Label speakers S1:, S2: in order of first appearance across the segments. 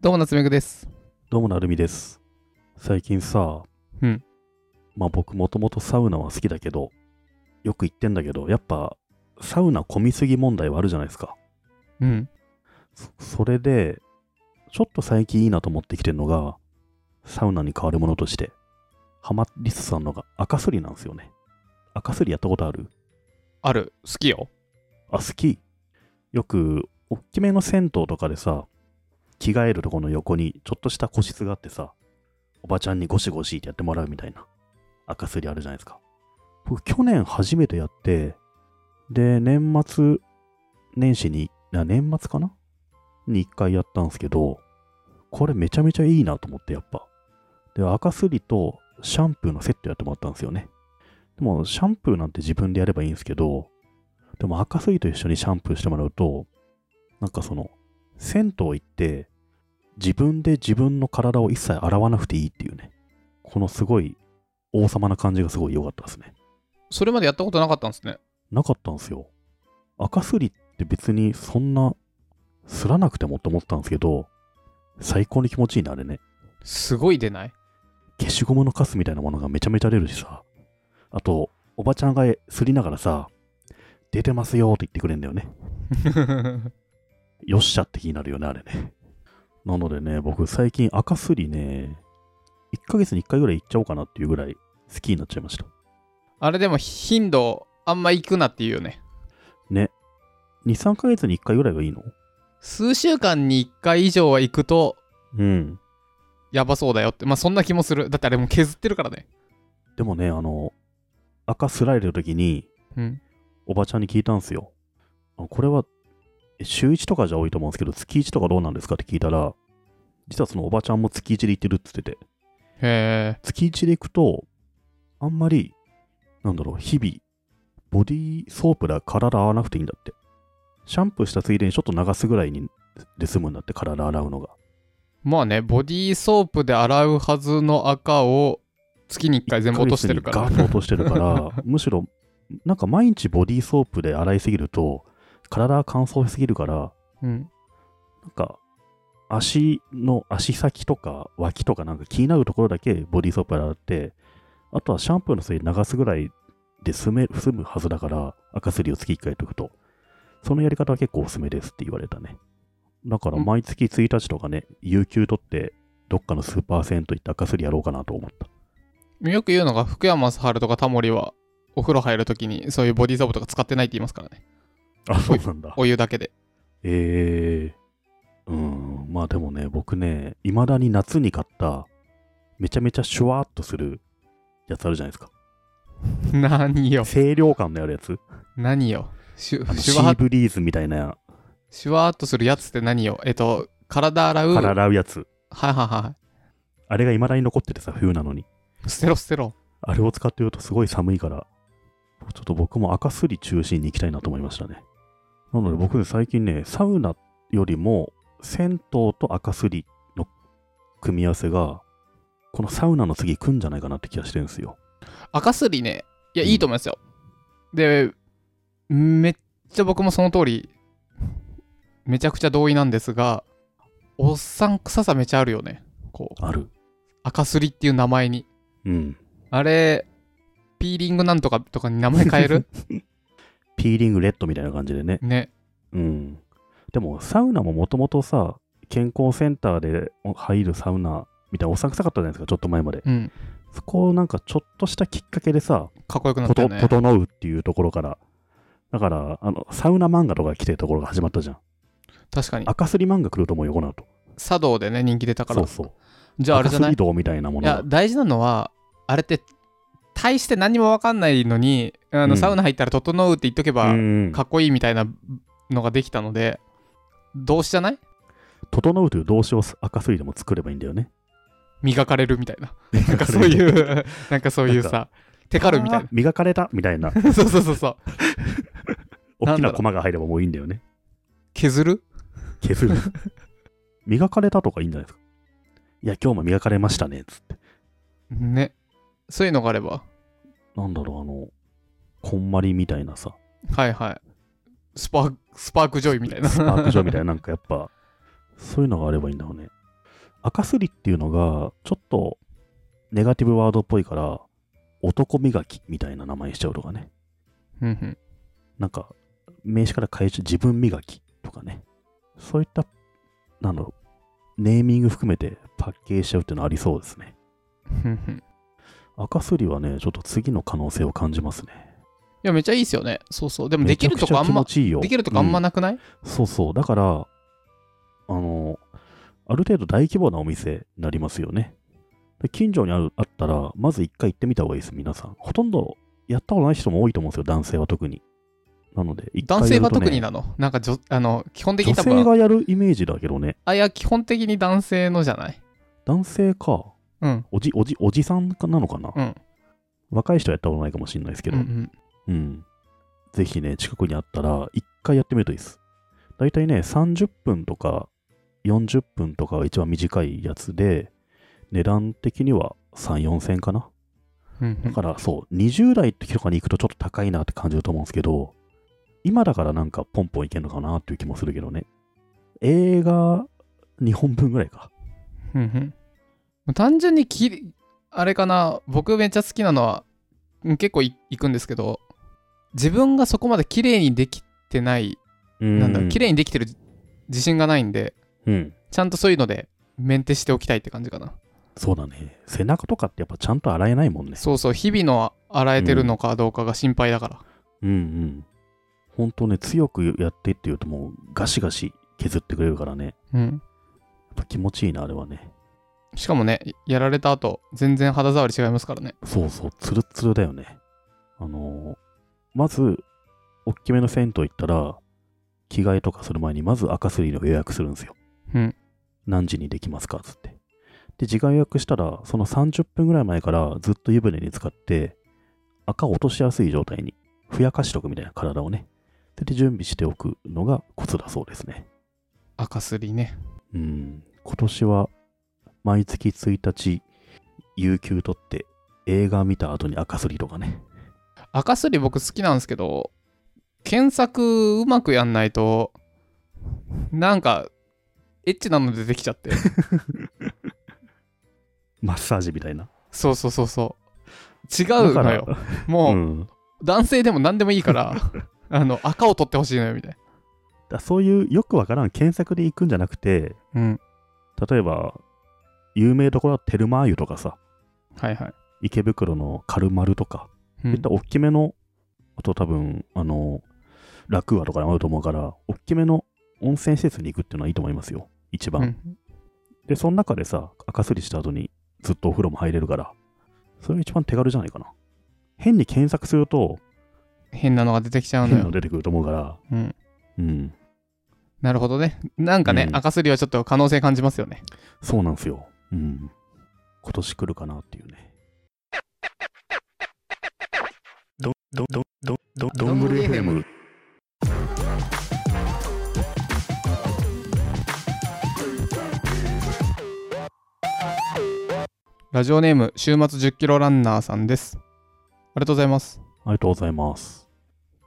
S1: どうも、夏目くです。
S2: どうもなるみです。最近さ、
S1: うん
S2: まあ僕もともとサウナは好きだけど、よく言ってんだけど、やっぱサウナ混みすぎ問題はあるじゃないですか。
S1: うん。
S2: そそれで、ちょっと最近いいなと思ってきてるのが、サウナに変わるものとして、ハマリスさんのが赤すりなんですよね。赤すりやったことある
S1: ある。好きよ。
S2: あ、好き。よく、おっきめの銭湯とかでさ、着替えるとこの横にちょっとした個室があってさ、おばちゃんにゴシゴシってやってもらうみたいな赤すりあるじゃないですか。僕、去年初めてやって、で、年末、年始に、あ年末かなに一回やったんですけど、これめちゃめちゃいいなと思って、やっぱ。で、赤すりとシャンプーのセットやってもらったんですよね。でも、シャンプーなんて自分でやればいいんですけど、でも赤杉と一緒にシャンプーしてもらうと、なんかその、銭湯行って、自分で自分の体を一切洗わなくていいっていうね、このすごい王様な感じがすごい良かったですね。
S1: それまでやったことなかったんですね。
S2: なかったんですよ。赤すりって別にそんな、すらなくてもって思ったんですけど、最高に気持ちいいな、あれね。
S1: すごい出 ない
S2: 消しゴムのカスみたいなものがめちゃめちゃ出るしさ。あと、おばちゃんがすりながらさ、出てますよって言ってくれるんだよね。よっしゃって気になるよね、あれね。なのでね、僕最近赤すりね、1ヶ月に1回ぐらい行っちゃおうかなっていうぐらい好きになっちゃいました。
S1: あれでも頻度あんま行くなって言うよね。
S2: 2、3ヶ月に1回ぐらいがいいの
S1: 数週間に1回以上は行くと
S2: うん。
S1: やばそうだよって。まあそんな気もする。だってあれもう削ってるからね。
S2: でもね、あの、赤すられてる時に
S1: うん。
S2: おばちゃんに聞いたんすよ。あこれは、え週1とかじゃ多いと思うんですけど、月1とかどうなんですかって聞いたら、実はそのおばちゃんも月1で行ってるって言ってて、
S1: へえ。
S2: 月1で行くと、あんまり、なんだろう、日々、ボディーソープだ体洗わなくていいんだって。シャンプーしたついでにちょっと流すぐらいにで済むんだって、体洗うのが。
S1: まあね、ボディーソープで洗うはずの赤を月に1回全部落としてるか
S2: 1
S1: ら
S2: ヶ。月にガーッと落として るから、むしろ、なんか毎日ボディーソープで洗いすぎると、体が乾燥しすぎるから、
S1: うん。
S2: なんか、足の足先とか脇とかなんか気になるところだけボディーソープで洗って、あとはシャンプーの水流すぐらいで済め済むはずだから、赤すりを月1回やっておくと。そのやり方は結構おすすめですって言われたね。だから
S1: うん
S2: 毎月1日とかね、有給取って、どっかのスーパー銭湯行って赤すりやろうかなと思った。
S1: よく言うのが福山雅治とかタモリはお風呂入るときにそういうボディーソープとか使ってないって言いますからね。
S2: あ、そうなんだ。
S1: お湯だけで。
S2: ええうん、まあでもね、僕ね、いまだに夏に買った、めちゃめちゃシュワーっとするやつあるじゃないですか。
S1: 何よ。
S2: 清涼感のあるやつ。
S1: 何よシ
S2: あ
S1: ュ
S2: の
S1: シ
S2: シ
S1: ュワ
S2: ー
S1: ー
S2: ブリーズみたいな、
S1: シュワーっとするやつって何よえっと体洗う
S2: から洗うやつ。
S1: はいはいは
S2: あれが未だに残っててさ、冬なのに。
S1: い捨てろ捨てろ
S2: あれを使ってるとすごい寒いから、ちょっと僕も赤すり中心に行きたいなと思いましたね。なので僕ね、最近ね、サウナよりも、銭湯と赤すりの組み合わせが、このサウナの次来んじゃないかなって気がしてるんですよ。
S1: 赤すりねいや
S2: うん
S1: いいと思いますよ、でめっちゃ僕もその通りめちゃくちゃ同意なんですがおっさん臭さめちゃあるよねこう
S2: ある。
S1: 赤すりっていう名前に
S2: うん。
S1: あれピーリングなんとかとかに名前変え る
S2: ピーリングレッドみたいな感じでね。
S1: ね
S2: うん。でも、サウナももともとさ、健康センターで入るサウナみたいなおっさん臭かったじゃないですか、ちょっと前まで。
S1: うん
S2: そこをなんかちょっとしたきっかけでさ、
S1: かっこよくなっ
S2: と
S1: たよ
S2: と、
S1: ね
S2: 整うっていうところから。だから、あの、サウナ漫画とか来てるところが始まったじゃん。
S1: 確かに
S2: 赤すり漫画来ると思うよ、この後。
S1: 茶道でね人気出たか
S2: そ
S1: ら
S2: うそう。
S1: じゃああれじゃない
S2: 赤すり道みたいなも
S1: い
S2: の
S1: や
S2: が。
S1: 大事なのはあれって大して何も分かんないのにあの、
S2: うん
S1: サウナ入ったら「整う」って言っとけば、
S2: うん
S1: かっこいいみたいなのができたので動詞じゃない
S2: 整うという動詞を赤すりでも作ればいいんだよね。
S1: 磨かれるみたい ななんかそういうなんかそういうさテカるみたい
S2: あー磨かれたみた いな。
S1: なそうそうそうそう
S2: 大きな駒が入ればもういいんだよね。
S1: 削る
S2: 削る。磨かれたとかいいんじゃないですか。いや、今日も磨かれましたね、つって。
S1: ねそういうのがあれば
S2: なんだろう、あの、こんまりみたいなさ、
S1: はいはいスパークスパークジョイみたいな
S2: スパーク状みたいな、なんかやっぱ、そういうのがあればいいんだろうね。赤すりっていうのが、ちょっとネガティブワードっぽいから、男磨きみたいな名前にしちゃうとかね。
S1: うんうん。
S2: なんか、名詞から変えちゃう自分磨きとかね。そういった、なんだろう、ネーミング含めてパッケージしちゃうっていうのありそうですね。
S1: うんうん。い
S2: 赤すりはね、ちょっと次の可能性を感じますね。
S1: や、めっちゃいいっすよね。そうそう。でもできるとこあんま
S2: めちゃく、ちゃ気持ちいいよ
S1: できるとこあんま
S2: う
S1: なくない
S2: そうそう。だから、あの、ある程度大規模なお店になりますよね。で近所にあるあったら、まず一回行ってみた方がいいです、皆さん。ほとんどやったことない人も多いと思うんですよ、男性は特に。なので、一回
S1: 男性は特に
S2: な
S1: なの。なんかじょ、あの、基本的
S2: 女
S1: に多
S2: 性
S1: 分、
S2: がやるイメージだけどね、
S1: あ、いや、基本的に男性のじゃない
S2: 男性か、
S1: うん。
S2: おじ、おじ、おじさんかなのかな、
S1: うん
S2: 若い人はやったことないかもしれないですけ
S1: うんう
S2: ど、
S1: ん。
S2: うん。ぜひね、近くにあったら、一回やってみるといいです。だいたいね、30分とか40分とかが一番短いやつで、値段的には3、4千かな。
S1: うんう
S2: だ
S1: ん
S2: からそう、20代とかに行くとちょっと高いなって感じると思うんですけど、今だからなんかポンポンいけるのかなっていう気もするけどね。映画2本分ぐらいか。
S1: うんうんもう単純にきりあれかな僕めっちゃ好きなのはうん結構い行くんですけど自分がそこまで綺麗にできてない、
S2: うん
S1: なんだろう綺麗にできてる自信がないんで
S2: うん。
S1: ちゃんとそういうのでメンテしておきたいって感じかな、
S2: そうだね。背中とかってやっぱちゃんと洗えないもんね。
S1: そうそう日々の洗えてるのかどうかが心配だから、
S2: うんうん。本当ね、強くやってって言うともうガシガシ削ってくれるからね。や
S1: うん、
S2: っぱ気持ちいいな、あれはね。
S1: しかもねやられた後全然肌触り違いますからね
S2: そうそう、ツルツルだよね。あのーまず、おっきめの銭湯行ったら、着替えとかする前に、まず赤すりの予約するんですよ。
S1: うん
S2: 何時にできますかつって。で、時間予約したら、その30分ぐらい前からずっと湯船に浸かって、赤を落としやすい状態に、ふやかしとくみたいな体をね。で、準備しておくのがコツだそうですね。
S1: 赤すりね
S2: うん、今年は毎月1日、有給取って映画見た後に赤すりとかね。
S1: 赤すり僕好きなんですけど検索うまくやんないとなんかエッチなの出てきちゃって
S2: マッサージみたいな。
S1: そうそうそうそう違う
S2: だか
S1: の
S2: ら
S1: よもう、
S2: うん、
S1: 男性でも何でもいいから あの赤を取ってほしいのよみたい
S2: だそういうよくわからん検索で行くんじゃなくて、
S1: なうん
S2: 例えば、有名どころはテルマー湯とかさ、
S1: はいはい、
S2: 池袋のカルマルとか、
S1: うん
S2: いった大きめの、あと多分、あの、ラクーアとかにもあると思うから、大きめの温泉施設に行くっていうのはいいと思いますよ。一番。
S1: うん
S2: で、その中でさ、赤すりした後にずっとお風呂も入れるから、それが一番手軽じゃないかな。変に検索すると、
S1: 変なのが出てきちゃう
S2: 変
S1: の
S2: なの
S1: よ、
S2: 出てくると思うから、
S1: うん、
S2: うん、
S1: なるほどねなんかね、
S2: うん
S1: 赤すりはちょっと可能性感じますよね
S2: そうなんですよ。うん。今年来るかなっていうね。ど、ど、ど、ど、ど、どんぐり FM。
S1: ラジオネーム週末1 0キロランナーさんですありがとうございます
S2: ありがとうございます。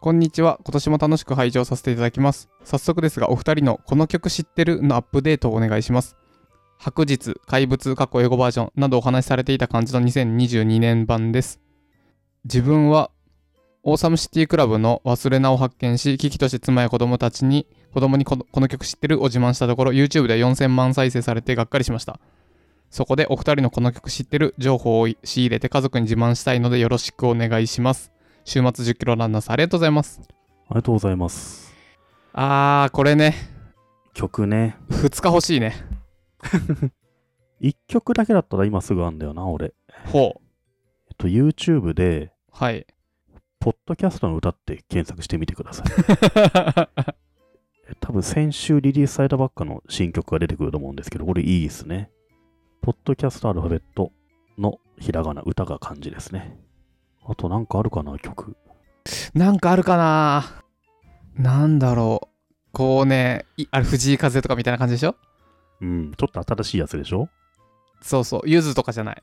S1: こんにちは。今年も楽しく拝聴させていただきます。早速ですが、お二人のこの曲知ってるのアップデートをお願いします。白日、怪物、過去英語バージョンなどお話しされていた感じの2022年版です。自分は、オーサムシティクラブの忘れ名を発見し、危機として妻や子供たちに、子供にこのこの曲知ってるを自慢したところ、YouTube で4000万再生されてがっかりしました。そこでお二人のこの曲知ってる情報を仕入れて家族に自慢したいのでよろしくお願いします。週末10キロランナーさんありがとうございます
S2: ありがとうございます。
S1: あーこれね
S2: 曲ね。
S1: 2日欲しいね
S2: 一曲だけだったら今すぐあんだよな、俺。
S1: ほう
S2: えっと、YouTube で、
S1: はい
S2: ポッドキャストの歌って検索してみてください。多分先週リリースされたばっかの新曲が出てくると思うんですけど、これいいですね。ポッドキャストアルファベットのひらがな、歌が漢字ですね。あとなんかあるかな、曲。
S1: なんかあるかななんだろうこうねいあれ藤井風とかみたいな感じでしょ
S2: うん、ちょっと新しいやつでしょ
S1: そうそうゆずとかじゃない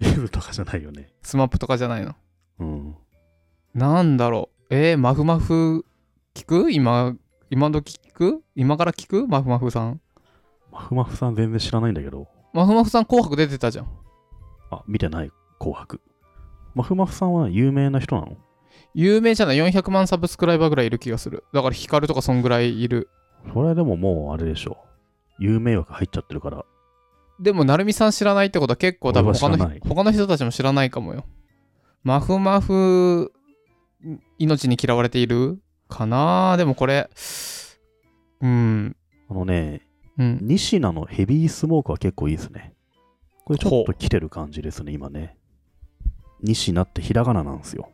S2: ゆずとかじゃないよね。
S1: スマップとかじゃないの
S2: うん。
S1: なんだろうえー、マフマフ聞く今今時聞く今から聞くマフマフさん
S2: まふまふさん全然知らないんだけど、
S1: まふまふさん紅白出てたじゃん。
S2: あ、見てない、紅白。まふまふさんは有名な人なの
S1: 有名じゃない400万サブスクライバーぐらいいる気がする。だからヒカルとかそんぐらいいる。
S2: それでももうあれでしょ。有名枠入っちゃってるから、
S1: でも、なるみさん知らないってことは結構多分
S2: 俺は知
S1: 他
S2: ら
S1: の
S2: ない
S1: 人他の人たちも知らないかもよ。まふまふ、ん命に嫌われているかなでもこれ、うん、
S2: あのね、
S1: うん。
S2: 西名のヘビースモークは結構いいですね。これちょっと来てる感じですね、今ね。西名ってひらがななんですよ。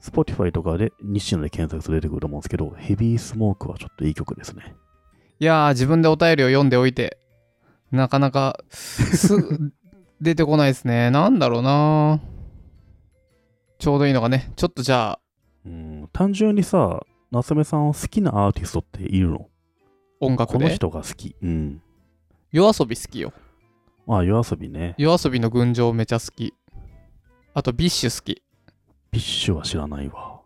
S2: Spotify とかで西名で検索すると出てくると思うんですけど、ヘビースモークはちょっといい曲ですね。
S1: いやー、自分でお便りを読んでおいて、なかなか、す、 出てこないですね。なんだろうなちょうどいいのがね。ちょっとじゃあ、
S2: うん、単純にさ、夏目さんを好きなアーティストっているの
S1: 音
S2: こ
S1: 楽
S2: の
S1: で。
S2: 人が好き。うん。
S1: 夜遊び好きよ。
S2: あ、夜遊びね。
S1: 夜遊びの群青めちゃ好き。あと、ビッシュ好き。
S2: ビッシュは知らないわ。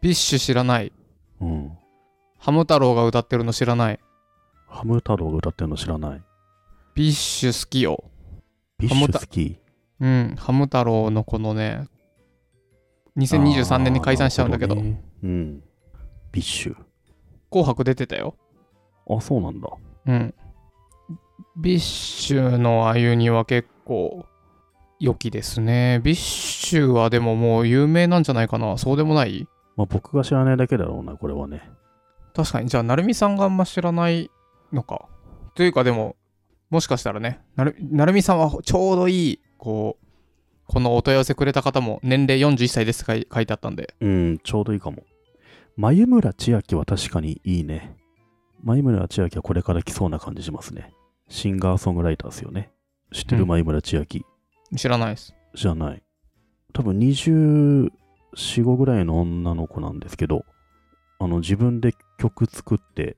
S1: ビッシュ知らない。
S2: うん。
S1: ハム太郎が歌ってるの知らない。
S2: ハム太郎が歌ってるの知らない。
S1: ビッシュ好きよ。
S2: ビッシュ好き。
S1: うん、ハム太郎のこのね、2023年に解散しちゃうんだけど、
S2: あーなるほねうん。ビッシュ。
S1: 紅白出てたよ。
S2: あ、そうなんだ。
S1: うん。ビッシュのあゆには結構良きですね。ビッシュはでももう有名なんじゃないかな。そうでもない
S2: まあ、僕が知らないだけだろうな、これはね。
S1: 確かに。じゃあ、成美さんがあんま知らないのか。というか、でも、もしかしたらね、なる成美さんはちょうどいい、こう、このお問い合わせくれた方も年齢41歳ですって書い書いてあったんで、
S2: うん、ちょうどいいかも。眉村千秋は確かにいいね。眉村千秋はこれから来そうな感じしますね。シンガーソングライターですよね。知って
S1: う
S2: る
S1: ん
S2: 眉村千秋、
S1: 知らないです。
S2: じゃない。多分24、5ぐらいの女の子なんですけど、あの、自分で曲作って、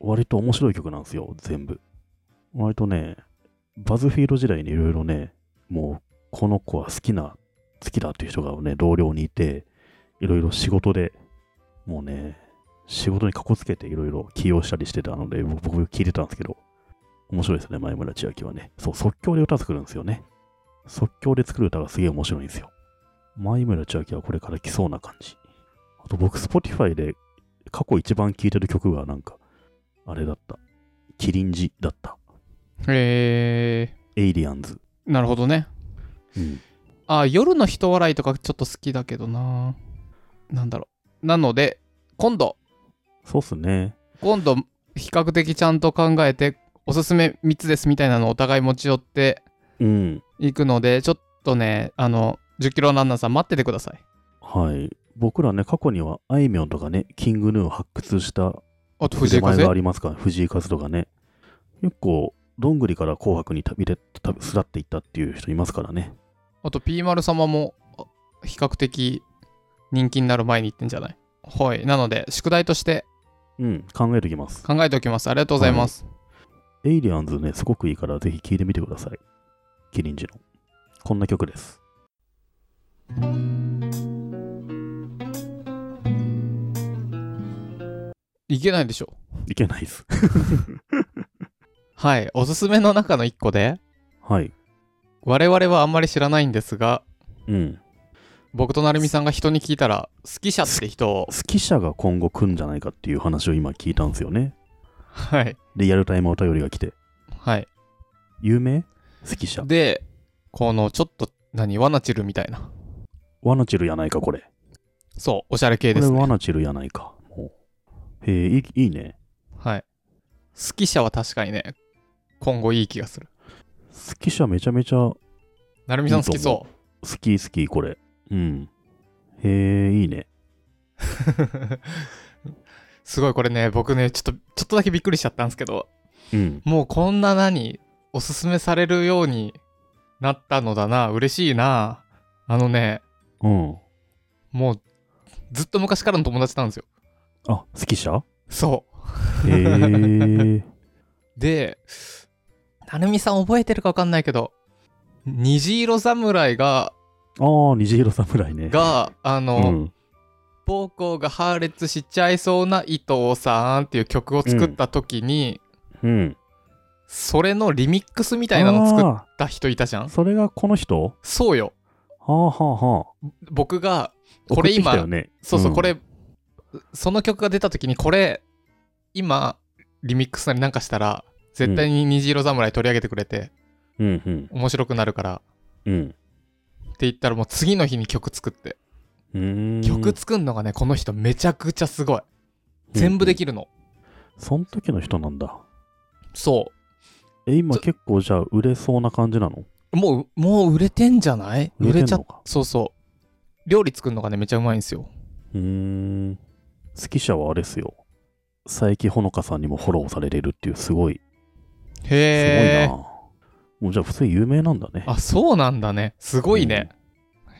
S2: 割と面白い曲なんですよ、全部。割とね、バズフィード時代にいろいろね、もう、この子は好きな、好きだっていう人がね、同僚にいて、いろいろ仕事で、もうね、仕事にかこつけていろいろ起用したりしてたので、僕、僕聞いてたんですけど、面白いですね、前村千秋はね。そう、即興で歌作るんですよね。即興で作る歌がすげえ面白いんですよ。前村千秋はこれから来そうな感じ。あと僕、Spotify で過去一番聴いてる曲がなんか、あれだった。キリンジだった。
S1: え
S2: エイリアンズ。
S1: ー、なるほどね。
S2: うん。
S1: あ、夜の人笑いとかちょっと好きだけどな。なんだろう。なので、今度、
S2: そうっすね。
S1: 今度、比較的ちゃんと考えて、おすすめ3つですみたいなのをお互い持ち寄って、
S2: うん。
S1: 行くので、ちょっとね、あの、10キロランナーさん待っててください。
S2: はい。僕らね、過去にはあいみょんとかね、キングヌーを発掘した
S1: あと藤井風
S2: 腕前がありますから、藤井風とかね。結構、どんぐりから紅白に旅で、旅すらっていったっていう人いますからね。
S1: あと P 丸様もあ比較的人気になる前に行ってんじゃないはい。なので、宿題として
S2: うん。考えておきます。
S1: 考えておきます。ありがとうございます。
S2: エイリアンズね、すごくいいから、ぜひ聴いてみてください。キリンジの。こんな曲です。
S1: いけないでしょ。
S2: いけないです。
S1: はい。おすすめの中の1個で、
S2: はい。
S1: 我々はあんまり知らないんですが、
S2: うん。
S1: 僕と成美さんが人に聞いたら、好き者って人を、
S2: 指揮者が今後来るんじゃないかっていう話を今聞いたんですよね。
S1: はい。
S2: リアルタイムお便りが来て。
S1: はい。
S2: 有名指揮者。
S1: で、この、ちょっと、何、ワナチルみたいな。
S2: ワナチルやないか、これ。こ
S1: そう、おしゃれ系
S2: れ
S1: ですね。
S2: ワナチルやないか。もうへえ、いいいいね。
S1: はい。好き者は確かにね、今後いい気がする。
S2: 指揮者めちゃめちゃ好
S1: なるみさん好きそ
S2: き好き、これ。うん。へえ、いいね。
S1: う。 すごいこれね、僕ね、ちょっと、ちょっとだけびっくりしちゃったんですけど、
S2: うん。
S1: もうこんな何、おすすめされるようになったのだな、嬉しいな。あのね、
S2: うん。
S1: もう、ずっと昔からの友達なんですよ。
S2: あ、指揮者
S1: そ
S2: へえ。
S1: う。で、なるみさん覚えてるかわかんないけど、虹色侍が、
S2: ああ、虹色侍ね。
S1: が、あの、
S2: うん
S1: 膀胱が破裂しちゃいそうな伊藤さんっていう曲を作った時に、
S2: うん。
S1: それのリミックスみ
S2: み
S1: たいなの作った人いたじゃん
S2: それがこの人
S1: そうよ
S2: はあはあはあ。
S1: 僕がこれ
S2: 送ってき
S1: 今
S2: たよね、
S1: そうそう、
S2: ん
S1: こ。れその曲が出た時にこれ今リミックスなりなんかしたら絶対に虹色侍取り上げてくれて
S2: うんうん。
S1: 面白くなるから
S2: うん。
S1: って言ったらもう次の日に曲作って
S2: うーん
S1: 曲作んのがねこの人めちゃくちゃすごい全部できるの
S2: その時の人なんだ。
S1: そ
S2: え、今
S1: そ
S2: 結構じゃあ売れそうな感じなの
S1: うもうもう売れてんじゃない売れ
S2: てん
S1: ちゃ
S2: の
S1: っ
S2: か。
S1: そうそう料理作るのがねめちゃうまいんですよ
S2: うーん。指揮者はあれっすよ。佐伯ほのかさんにもフォローされてるっていうすごい、すごいな。
S1: へえ
S2: もうじゃあ普通に有名なんだね。
S1: あそうなんだねすごいね、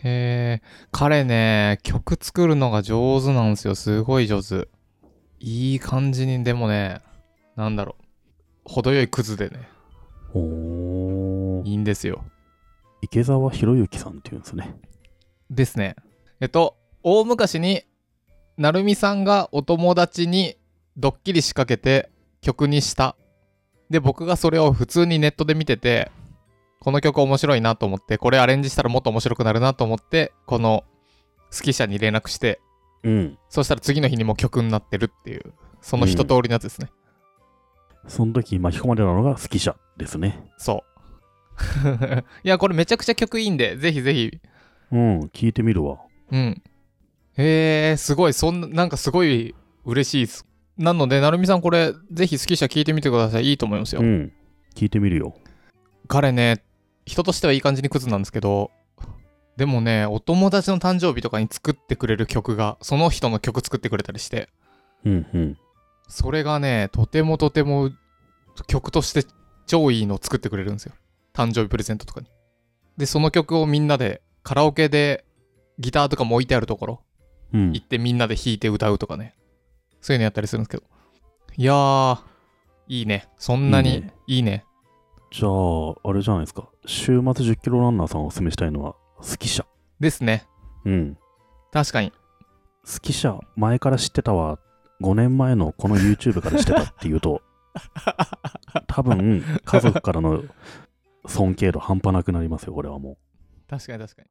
S1: へえ彼ね曲作るのが上手なんですよすごい上手いい感じにでもねなんだろう程よいクズでね
S2: おー
S1: いいんですよ
S2: 池澤博之さんっていうんですね。
S1: ですねえっと大昔に成美さんがお友達にドッキリ仕掛けて曲にしたで僕がそれを普通にネットで見ててこの曲面白いなと思ってこれアレンジしたらもっと面白くなるなと思ってこの指揮者に連絡して
S2: うん。
S1: そしたら次の日にもう曲になってるっていうその一通りのやつですね、
S2: その時に巻き込まれたのが指揮者ですね。
S1: そう いやこれめちゃくちゃ曲いいんでぜひぜひ
S2: うん、聞いてみるわ。
S1: うん。へえ、すごい、そんな、なんかすごい嬉しいです。なので、成美さん、これ、ぜひ好き者聞いてみてください。いいと思いますよ。
S2: うん。聞いてみるよ。
S1: 彼ね、人としてはいい感じにクズなんですけど、でもね、お友達の誕生日とかに作ってくれる曲が、その人の曲作ってくれたりして、
S2: うんうん。
S1: それがね、とてもとても曲として超いいのを作ってくれるんですよ。誕生日プレゼントとかに。で、その曲をみんなで、カラオケでギターとかも置いてあるところ、
S2: うん
S1: 行。ってみんなで弾いて歌うとかねそういうのやったりするんですけどいやーいいねそんなにい
S2: い
S1: い
S2: い
S1: ね
S2: ねじゃあ、あれじゃないですか。週末10キロランナーさんをおすすめしたいのは、指揮者。
S1: ですね
S2: うん。
S1: 確かに
S2: 指揮者、前から知ってたわ。5年前のこの YouTube から知ってたっていう と、多分、家族からの尊敬度半端なくなりますよ、これはもう。
S1: 確かに確かに